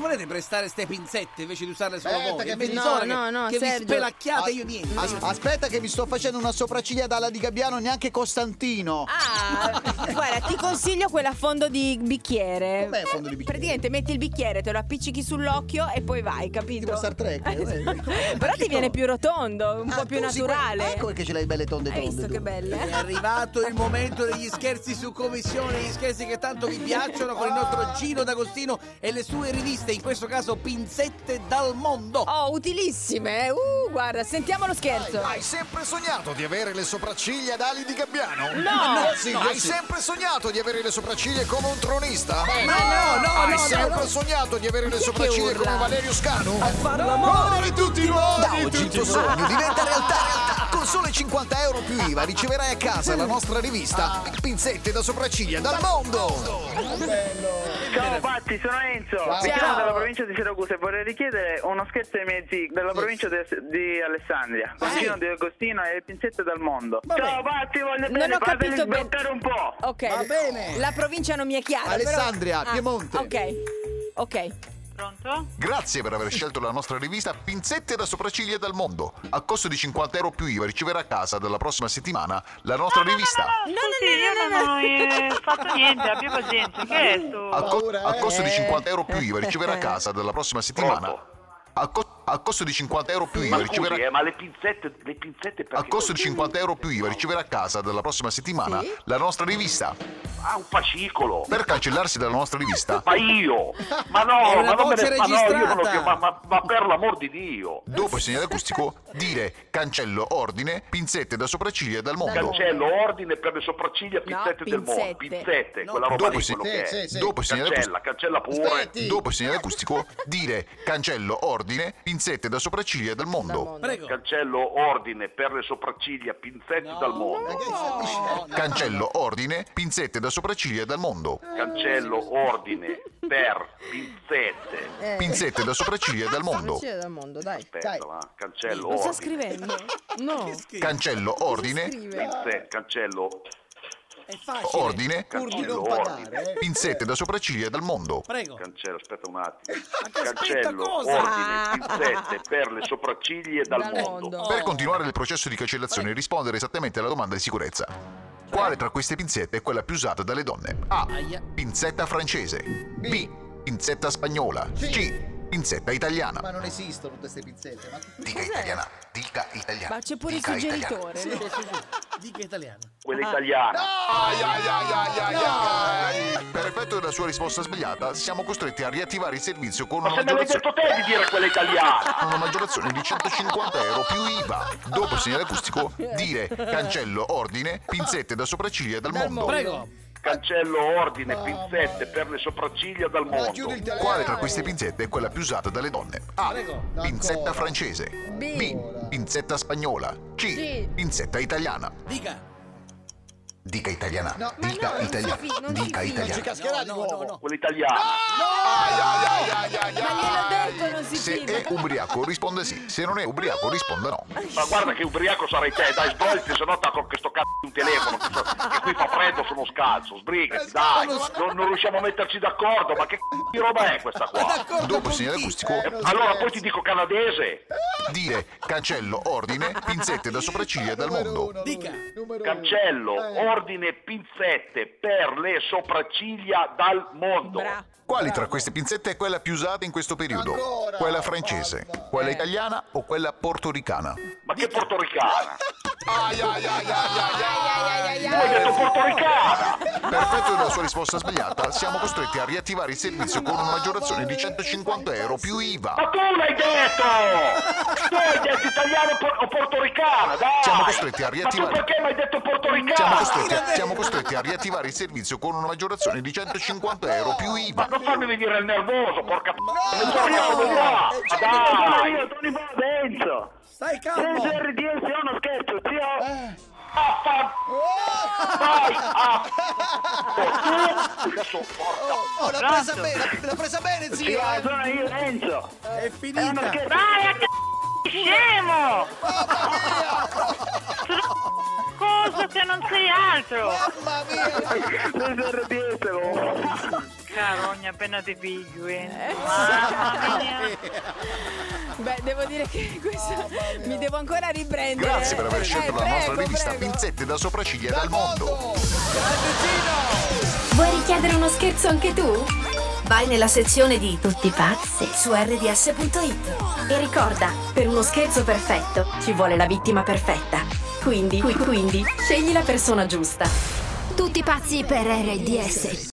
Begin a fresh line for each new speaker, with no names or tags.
volete prestare ste pinzette invece di usarle solo
Aspetta
voi?
che
È
mi-
mezz'ora
no, no, no,
che vi
Sergio.
spelacchiate
As-
io niente.
as- aspetta che mi sto facendo una sopracciglia dalla di Gabbiano, neanche Costantino.
Ah, guarda, ti consiglio quella a fondo di bicchiere.
Com'è a fondo di bicchiere?
Praticamente metti il bicchiere, te lo appiccichi sull'occhio e poi vai, capito? Esatto.
Tipo Star Trek. eh.
Però ti viene più rotondo, un
Ah,
po' più
tu sì,
naturale.
Ecco perché ce l'hai belle tonde
Hai
tonde.
visto
tu.
che belle?
È arrivato il momento degli scherzi su commissione, gli scherzi che tanto vi piacciono con il nostro Gino D'Agostino e le sue riviste, in questo caso Pinzette dal mondo.
Oh, utilissime. eh. Uh, guarda, sentiamo lo scherzo.
Hai sempre sognato di avere le sopracciglia ad ali di gabbiano? Ah,
No.
Sì, hai sempre sognato di avere le sopracciglia come un tronista?
no, no, no,
Hai
no,
sempre
no.
sognato di avere
Chi
le
è che
sopracciglia
urla?
come Valerio Scanu?
l'amore
in tutti i modi!
Da oggi il tuo sogno diventa realtà. Con sole 50 euro più IVA riceverai a casa la nostra rivista Pinzette da sopracciglia dal mondo.
Ciao Patti, sono Enzo. Mi
Ciao.
chiamo dalla provincia di Siracusa e vorrei richiedere uno scherzo ai miei zii della provincia di, di Alessandria. Con Gino Di Agostino e Pinzette dal Mondo. Ciao Patti, voglio
Non
bene,
ho
fatemi
capito bene.
sbettare un po'.
Oh,
Ok.
Va bene.
La provincia non mi è chiara.
Alessandria,
però... Ah,
Piemonte.
Ok. Ok.
Pronto?
Grazie per aver scelto la nostra rivista Pinzette da sopracciglia dal mondo. A costo di 50 euro più IVA riceverai a casa dalla prossima settimana la nostra rivista.
Oh,
No, no, scusi, io non ho eh, fatto niente, abbia pazienza. Che è sto?
A, co-
Paura,
a
eh?
costo di 50 euro più IVA riceverai a casa dalla prossima settimana. A, co- a costo di 50 euro più IVA
Ma scusi,
riceverai
eh, ma le pinzette, le pinzette per
a costo di 50 euro più IVA riceverà a casa dalla prossima settimana la nostra rivista.
Ah, un fascicolo!
Per cancellarsi dalla nostra rivista
Ma io! Ma
È una
no, ma non me
voce
ne ma no, io non lo
registrata.
chiedo, ma, ma- ma per l'amor di Dio!
Dopo il segnale acustico, dire cancello ordine, pinzette da sopracciglia dal mondo.
Cancello, ordine per le sopracciglia, pinzette del mondo,
pinzette.
pinzette,
No,
quella roba
dopo
lì,
sì.
quello che è.
Dopo il segnale acustico.
Cancella, cancella pure.
Dopo il segnale acustico, dire cancello ordine, pinzette da sopracciglia dal mondo.
Prego.
Cancello, ordine per le sopracciglia, pinzette dal mondo.
No, no.
Cancello ordine, pinzette da sopracciglia dal mondo.
Cancello, ordine per
Eh,
pinzette.
Pinzette da sopracciglia dal mondo.
dal mondo, dai.
Aspetta, ma cancello,
Lo sta
ordine,
scrivendo? No.
Cancello ordine,
pinzette, cancello,
È facile.
ordine,
cancello, ordine.
pinzette da sopracciglia dal mondo.
Prego.
Cancello, aspetta un attimo.
che aspetta
Cancello,
cosa?
ordine, pinzette per le sopracciglia dal,
Dal
mondo.
mondo.
Per continuare il processo di cancellazione rispondere esattamente alla domanda di sicurezza. Quale tra queste pinzette è quella più usata dalle donne? A. Pinzetta francese. B. Pinzetta spagnola. C. Pinzetta italiana.
Ma non esistono queste pinzette. Ma
Eh,
che
Dica italiana. Dica italiana.
Ma c'è pure il
Dica italiana.
suggeritore.
Sì, sì, sì. Dica italiano.
Quella italiana.
Ai, ai, ai, ai, ai, ai. Per effetto della sua risposta sbagliata, siamo costretti a riattivare il servizio con
Ma
una
se me l'hai
maggiorazione,
detto te di dire quella italiana.
con una maggiorazione di 150 euro più IVA. Dopo il segnale acustico, dire cancello ordine, pinzette da sopracciglia dal mondo.
Prego.
Cancello, ordine, pinzette per le sopracciglia dal mondo.
Quale tra queste pinzette è quella più usata dalle donne? A. Pinzetta francese.
B.
B. Pinzetta spagnola. C.
Sì.
Pinzetta italiana.
Dica.
Dica italiana. Dica
no, non
italiana.
si fi- non si
Dica
fida.
italiana.
cascherà di
No, no,
nuovo?
no.
Quella italiana.
Ma gliel'ho detto, non si
Se
fida.
è ubriaco risponda sì, se non è ubriaco risponda no.
Ma guarda che ubriaco sarai te, dai svolti, se no con questo cazzo di un telefono. Che, so- che qui fa freddo, sono scalzo, sbrigati, dai. Non, non riusciamo a metterci d'accordo, ma che c***o di roba è questa qua?
D'accordo
Dopo
con
il segnale
chi?
acustico
Allora poi ti dico canadese,
dire cancello ordine, pinzette da sopracciglia dal mondo.
Dica.
cancello,
eh.
ordine, pinzette per le sopracciglia dal mondo.
Bra.
Quali tra queste pinzette è quella più usata in questo periodo? Quella francese, quella italiana o quella portoricana?
Ma che portoricana?
Ai ai ai ai ai
Tu hai detto portoricana!
Per effetto della sua risposta sbagliata, siamo costretti a riattivare il servizio con una maggiorazione di 150 euro più IVA.
Ma tu l'hai detto! Tu hai detto italiano o por- o portoricana, dai!
Siamo costretti a riattivare-
Ma tu perché mi hai detto
Siamo
portoricana?
costretti, siamo costretti a riattivare il servizio con una maggiorazione di 150 euro più
Ma
IVA.
non farmi venire il nervoso, porca p***a! Non
Eh,
torniamo di là! Ma dai!
cioè,
Eh.
Tony Bob, Enzo.
Stai calmo.
Enzo RDS è uno scherzo, zio. Oh!
Ah, fa- Vai! Ah! Tu! Adesso, porca
Oh, l'ha presa bene, l'ha presa bene, zio.
Zio, sono io, Enzo.
È
È uno
finita.
scherzo.
Vai a c***o, scemo! Cosa se non sei altro?
Mamma mia.
Enzo RDS, oh.
Ah,
Carogna appena ti piglio, eh.
Devo dire che questo mi devo ancora riprendere.
Ah, Grazie per aver
Eh,
scelto la
prego,
nostra rivista
prego.
Pinzette da sopracciglia dal mondo.
Vuoi richiedere uno scherzo anche tu? Vai nella sezione di Tutti pazzi su rds.it e ricorda, per uno scherzo perfetto ci vuole la vittima perfetta. Quindi, qui- quindi, scegli la persona giusta.
Tutti pazzi per RDS.